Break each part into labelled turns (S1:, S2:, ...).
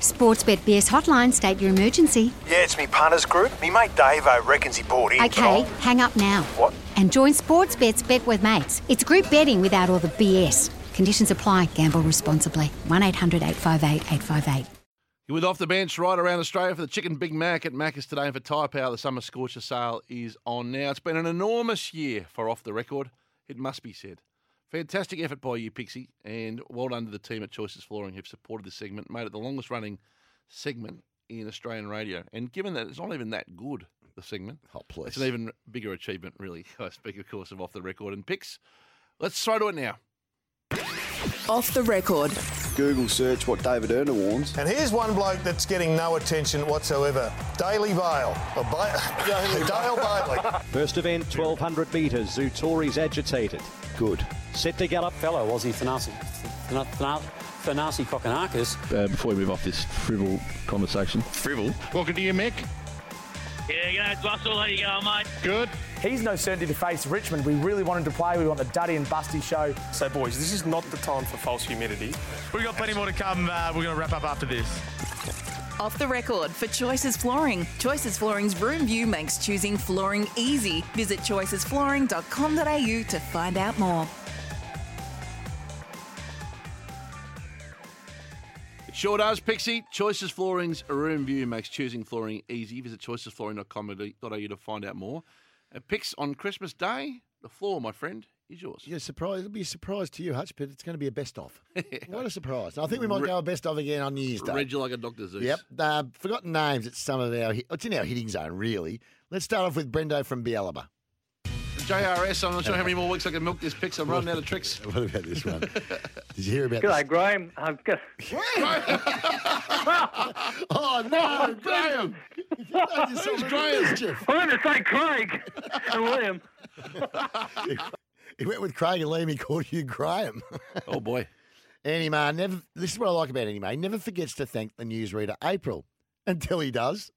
S1: Sportsbet BS hotline, state your emergency.
S2: Yeah, it's me partner's group. Me mate Dave I reckons he bought in.
S1: Okay,
S2: but
S1: hang up now.
S2: What?
S1: And join Sportsbet's Bet with Mates. It's group betting without all the BS. Conditions apply. Gamble responsibly. 1 800 858 858.
S3: He was off the bench right around Australia for the Chicken Big Mac at Macca's today. And for Tyre Power, the Summer Scorcher sale is on now. It's been an enormous year for Off the Record, it must be said. Fantastic effort by you, Pixie, and well done to the team at Choices Flooring who've supported this segment, made it the longest running segment in Australian radio. And given that it's not even that good, the segment,
S4: Oh, please.
S3: it's an even bigger achievement, really. I speak, of course, of Off the Record and Pix. Let's throw to it now.
S5: Off the record.
S6: Google search what David Erner warns.
S7: And here's one bloke that's getting no attention whatsoever. Daily Bale. Or Ba- Dale Bailey.
S8: First event, 1200 metres. Zutori's agitated.
S6: Good.
S8: Set to gallop.
S9: fellow Aussie Thanasi, Thanasi, Thanasi Kokonakis
S10: uh, before we move off this frivol conversation. Frivol? Welcome to you, Mick.
S9: Yeah, g'day, Russell. How you going, mate?
S10: Good.
S8: He's no certainty to face Richmond. We really want him to play. We want the Duddy and Busty show.
S9: So, boys, this is not the time for false humidity.
S10: We've got plenty more to come. Uh, we're going to wrap up after this.
S5: Off the record for Choices Flooring. Choices Flooring's room view makes choosing flooring easy. Visit choicesflooring.com.au to find out more.
S3: It sure does, Pixie. Choices Flooring's room view makes choosing flooring easy. Visit choicesflooring.com.au to find out more. And Pix, on Christmas Day, the floor, my friend, is yours.
S4: Yeah, surprise. It'll be a surprise to you, Hutch, but it's going to be a best of. what a surprise. I think we might
S3: Re-
S4: go a best of again on New Year's Day.
S3: Read you like a Dr. Zeus.
S4: Yep. Uh, forgotten names. It's some of our. hit- It's in our hitting zone, really. Let's start off with Brendo from Bialaba.
S3: JRS, I'm not sure how many more weeks I can milk this Pix. I'm running out of tricks.
S4: What about this one? Did you hear about this?
S9: Graham. I've got,
S4: Oh no, Graham! Who's
S9: I'm going to say Craig and William.
S4: He went with Craig and Liam. He called you Graham.
S3: Oh, boy.
S4: Annie Mar never. This is what I like about Annie Mar. He never forgets to thank the newsreader April until he does.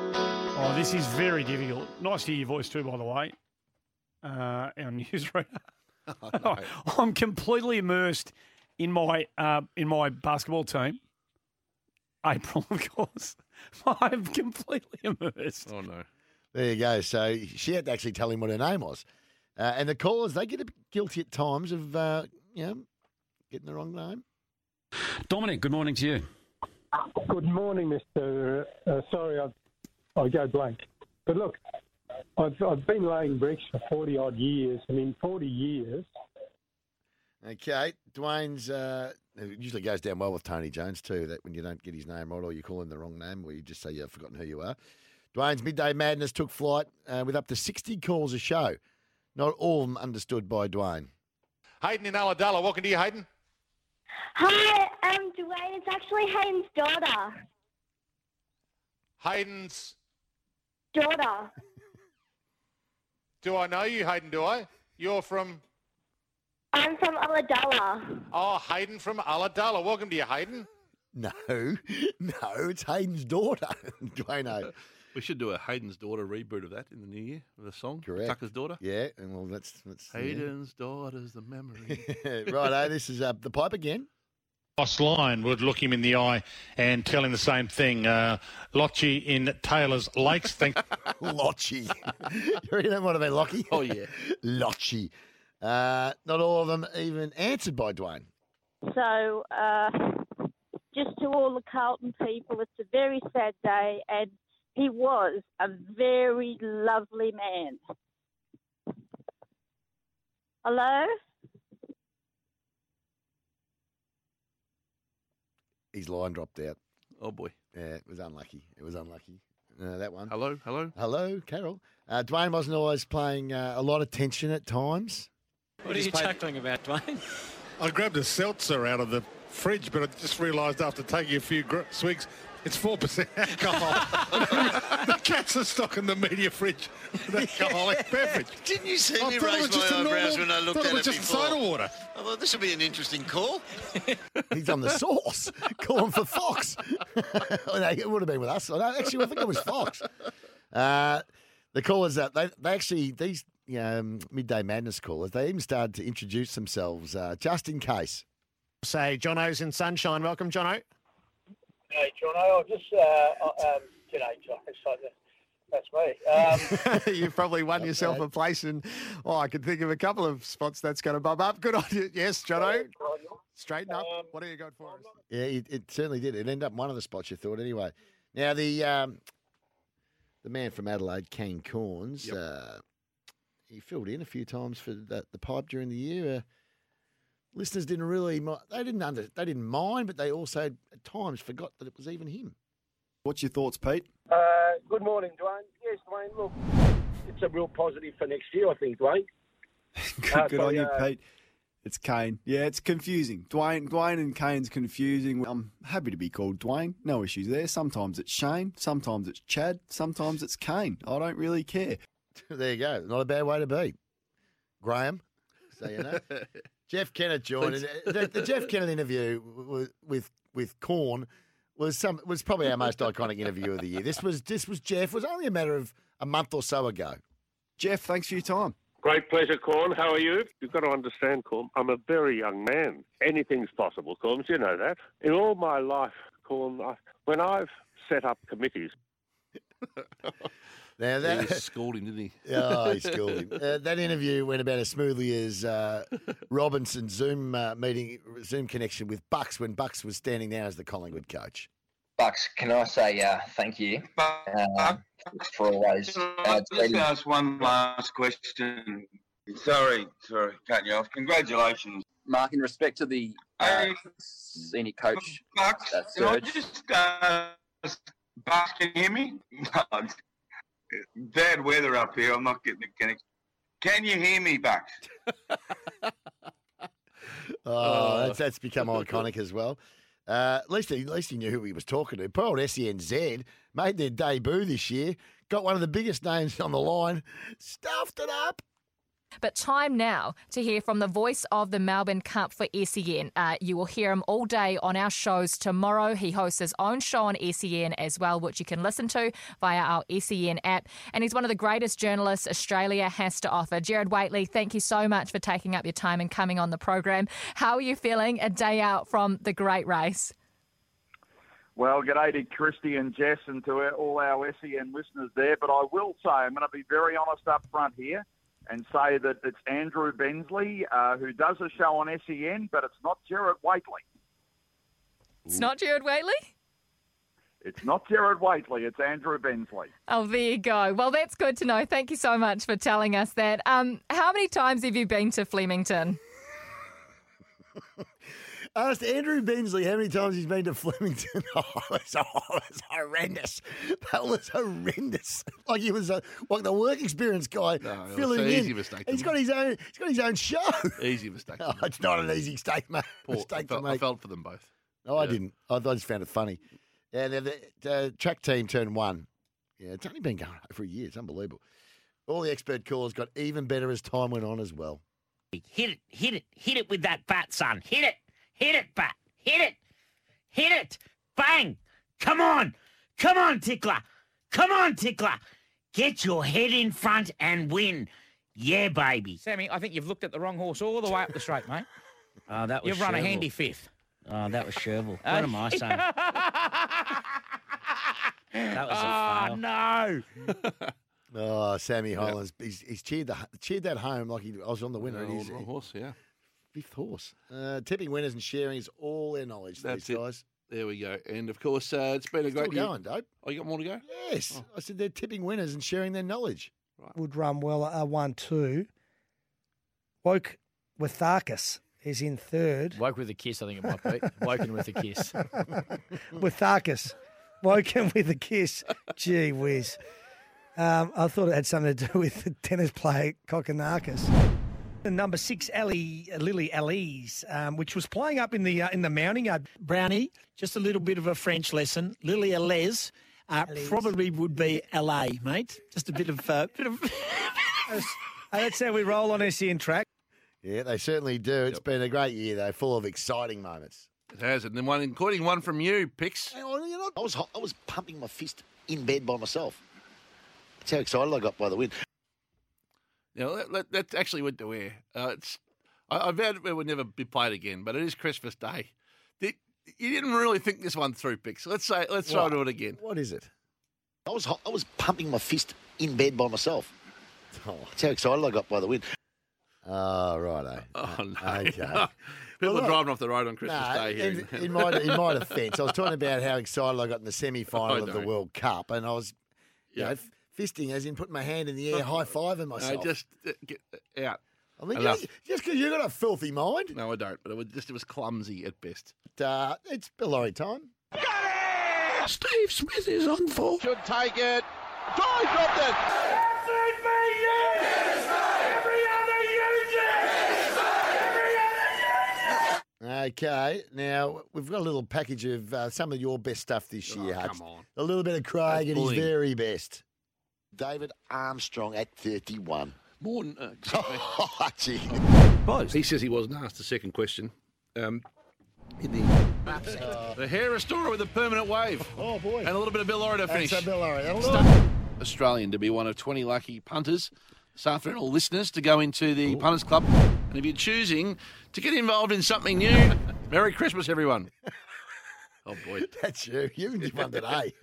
S9: Oh, this is very difficult. Nice to hear your voice too, by the way. Uh, our newsreader. I'm completely immersed in my uh, in my basketball team. April, of course. I'm completely immersed.
S3: Oh, no.
S4: There you go. So she had to actually tell him what her name was. Uh, and the callers they get a bit guilty at times of uh, you know getting the wrong name.
S8: Dominic, good morning to you.
S9: Good morning, Mister. Uh, sorry, I I go blank. But look, I've I've been laying bricks for forty odd years. I mean, forty years.
S4: Okay, Dwayne's uh, it usually goes down well with Tony Jones too. That when you don't get his name right, or you call him the wrong name, or you just say you've forgotten who you are. Dwayne's midday madness took flight uh, with up to sixty calls a show. Not all of them understood by Dwayne.
S10: Hayden in Aladala. Welcome to you, Hayden.
S9: Hi, I'm Dwayne. It's actually Hayden's daughter.
S10: Hayden's.
S9: Daughter.
S10: Do I know you, Hayden? Do I? You're from.
S9: I'm from Aladala.
S10: Oh, Hayden from Aladala. Welcome to you, Hayden.
S4: No, no, it's Hayden's daughter, Dwayne.
S3: We should do a Hayden's Daughter reboot of that in the new year, of the song.
S4: Correct.
S3: Tucker's Daughter.
S4: Yeah, and well, that's that's yeah.
S3: Hayden's Daughter's the memory.
S4: Righto, this is uh, the pipe again.
S10: Boss Line would look him in the eye and tell him the same thing. Uh, Lotchi in Taylor's Lakes. Thank
S4: Lotchy. you reckon that might have been Lockie?
S3: Oh, yeah.
S4: Lotchy. Uh, not all of them even answered by Dwayne.
S9: So, uh, just to all the Carlton people, it's a very sad day, and he was a very lovely man. Hello?
S4: His line dropped out.
S3: oh, boy.
S4: Yeah, it was unlucky. It was unlucky. Uh, that one.
S3: Hello, hello.
S4: Hello, Carol. Uh, Dwayne wasn't always playing uh, a lot of tension at times.
S9: What are you chuckling about, Dwayne?
S10: I grabbed a seltzer out of the fridge, but I just realised after taking a few gr- swigs, It's four percent alcohol. the cats are stocking the media fridge with alcoholic beverage.
S11: Didn't you see
S10: I
S11: me
S10: thought it
S11: raise
S10: was
S11: my
S10: just a
S11: eyebrows
S10: normal-
S11: when I looked
S10: thought
S11: at
S10: it was
S11: it
S10: just
S11: before?
S10: soda water.
S11: I thought this would be an interesting call.
S4: He's on the source, calling for Fox. Oh, no, it would have been with us. Oh, no, actually, I think it was Fox. Uh, the callers that they, they actually these you know, um, midday madness callers they even started to introduce themselves uh, just in case.
S12: Say, John O's in sunshine. Welcome, John O.
S13: Hey, John, I'll just, uh, I- um, g'day, John. So that- That's me. Um,
S12: You've probably won yourself a place, and oh, I can think of a couple of spots that's going to bump up. Good on you. Yes, John O. Straighten up.
S13: Um,
S12: what do you got for us?
S4: Yeah, it, it certainly did. It ended up one of the spots you thought anyway. Now the um, the man from Adelaide, Kane Corns, uh, he filled in a few times for the, the pipe during the year. Uh, listeners didn't really mi- they didn't under they didn't mind, but they also at times forgot that it was even him.
S6: What's your thoughts, Pete?
S13: uh, good morning, Dwayne. Yes, Dwayne, look, it's a real positive for next year, I think, Dwayne.
S6: Good,
S13: Uh,
S6: good on
S13: sorry,
S6: you,
S13: uh,
S6: Pete. It's Kane. Yeah, it's confusing. Dwayne, Dwayne and Kane's confusing. I'm happy to be called Dwayne. No issues there. Sometimes it's Shane. Sometimes it's Chad. Sometimes it's Kane. I don't really care.
S4: there you go. Not a bad way to be. Graham, so you know. Jeff Kennett joined. And, uh, The, the Jeff Kennett interview with with with Corn was some was probably our most iconic interview of the year. This was this was Jeff. It was only a matter of a month or so ago.
S6: Jeff, thanks for your time.
S14: Great pleasure, Corn. How are you? You've got to understand, Corn, I'm a very young man. Anything's possible, Corns. You know that. In all my life, Corn, I, when I've set up committees,
S4: Now
S3: He
S4: that
S3: was scolding, didn't he?
S4: Oh, he schooled him. Uh, that interview went about as smoothly as uh, Robinson's Zoom uh, meeting, Zoom connection with Bucks when Bucks was standing down as the Collingwood coach.
S15: Bucks, can I say uh, thank you uh, for always uh,
S16: Just
S15: treating
S16: ask one last question. Sorry, sorry, cut you off. Congratulations.
S15: Mark in respect to the uh, senior coach uh,
S16: Can I
S15: surge.
S16: just uh, Bucks, can you hear me? Bad weather up here. I'm not getting the connection. Can you hear me, Bucks?
S4: Oh, that's, that's become iconic as well. Uh, at least, he- at least he knew who he was talking to. Poor old SENZ made their debut this year. Got one of the biggest names on the line. Stuffed it up.
S17: But time now to hear from the voice of the Melbourne Cup for SEN. Uh, you will hear him all day on our shows tomorrow. He hosts his own show on SEN as well, which you can listen to via our SEN app. And he's one of the greatest journalists Australia has to offer. Jared Waitley, thank you so much for taking up your time and coming on the program. How are you feeling a day out from the great race?
S18: Well, g'day to Christy and Jess and to our- all our SEN listeners there. But I will say, I'm going to be very honest up front here and say that it's Andrew Bensley uh, who does a show on SEN, but it's not Jared Waitley.
S17: It's not Jared Waitley?
S18: It's not Jared Waitley, it's Andrew Bensley.
S17: Oh, there you go. Well, that's good to know. Thank you so much for telling us that. Um, how many times have you been to Flemington?
S4: Asked Andrew Bensley how many times he's been to Flemington. Oh, it was, oh, it was horrendous. That was horrendous. Like he was uh, a, like the work experience guy
S3: was
S4: filling
S3: an
S4: in.
S3: easy mistake to
S4: He's got his own. He's got his own show.
S3: Easy mistake.
S4: Oh, it's not an easy mistake, mate.
S3: Poor- I
S4: mistake
S3: felt-
S4: to
S3: I
S4: make.
S3: felt for them both.
S4: No, I didn't. I, I just found it funny. Yeah, the, the uh, track team turned one. Yeah, it's only been going over a year. It's unbelievable. All the expert callers got even better as time went on as well.
S19: Hit it, hit it, hit it with that bat, son. Hit it, hit it, bat, hit it, hit it. Bang! Come on, come on, Tickler. Come on, Tickler. Get your head in front and win. Yeah, baby.
S20: Sammy, I think you've looked at the wrong horse all the way up the straight, mate.
S19: Oh, that was
S20: You've run a
S19: Sherwood.
S20: handy fifth.
S19: Oh, that was Sherville. What am I saying? That was
S20: Ah,
S19: a fail.
S20: no.
S4: Oh, Sammy Highlands. He's, he's cheered the cheered that home like he I was on the winner.
S3: Yeah,
S4: and he's-
S3: wrong horse, yeah.
S4: Fifth horse. Uh, tipping winners and sharing is all their knowledge. to
S3: That's
S4: these
S3: it.
S4: guys.
S3: There we go. And of course, uh, it's been a
S4: Still
S3: great year.
S4: going, dope.
S3: Oh, you got more to go?
S4: Yes, I said they're tipping winners and sharing their knowledge.
S21: would run well at a 1 2. Woke Witharkis is in third.
S22: Woke with a kiss, I think it might be. Woken with a kiss.
S21: Witharkis. Woken with a kiss. Gee whiz. Um, I thought it had something to do with the tennis player Kokonakis. the number six Ali Lily Elise, um, which was playing up in the uh, in the mounting yard.
S23: Brownie, just a little bit of a French lesson. Lily Alès uh, probably would be LA, mate. Just a bit of uh, bit of.
S21: that's how we roll on SEN track.
S4: Yeah, they certainly do. It's been a great year, though, full of exciting moments.
S3: It has, and then one, including one from you, Pix.
S4: I was I was pumping my fist in bed by myself. That's how excited I got by the win.
S3: You know, that, that, that actually went to air. Uh, it's, I, I vowed it would never be played again, but it is Christmas Day. Did, you didn't really think this one through, Pix. Let's say, let's try
S4: What?
S3: and do it again.
S4: What is it? I was I was pumping my fist in bed by myself. That's how excited I got by the win. Oh, right,
S3: Oh, no.
S4: Okay.
S3: People
S4: Well,
S3: are
S4: look-
S3: driving off the road on Christmas
S4: Nah,
S3: Day here.
S4: in, in my in my defence, I was talking about how excited I got in the semi
S3: I
S4: final of the
S3: know.
S4: World Cup, and I was, you
S3: Yeah.
S4: know, f- fisting as in putting my hand in the air, high fiving myself.
S3: No, just uh, get out.
S4: I mean,
S3: Enough.
S4: just because you got a filthy mind.
S3: No, I don't. But it was just it was clumsy at best.
S4: Uh, it's below time.
S3: Steve Smith is on for.
S4: Should take it. Try something. Okay, now we've got a little package of uh, some of your best stuff this year, Hutch.
S3: Oh, come on.
S4: A little bit of Craig
S3: That's
S4: at his
S3: bullying.
S4: very best. David Armstrong at 31.
S3: Morton. Uh,
S4: excuse me.
S3: He says he wasn't asked the second question. Um, in the, the hair restorer with a permanent wave.
S4: Uh, Oh, boy.
S3: And a little bit of Bill Lorry to finish.
S4: That's a Bill Lorry. That'll do.
S3: Australian to be one of 20 lucky punters this afternoon, or listeners to go into the Punters Club. And if you're choosing to get involved in something new, Merry Christmas, everyone. Oh, boy.
S4: That's you. You did one today.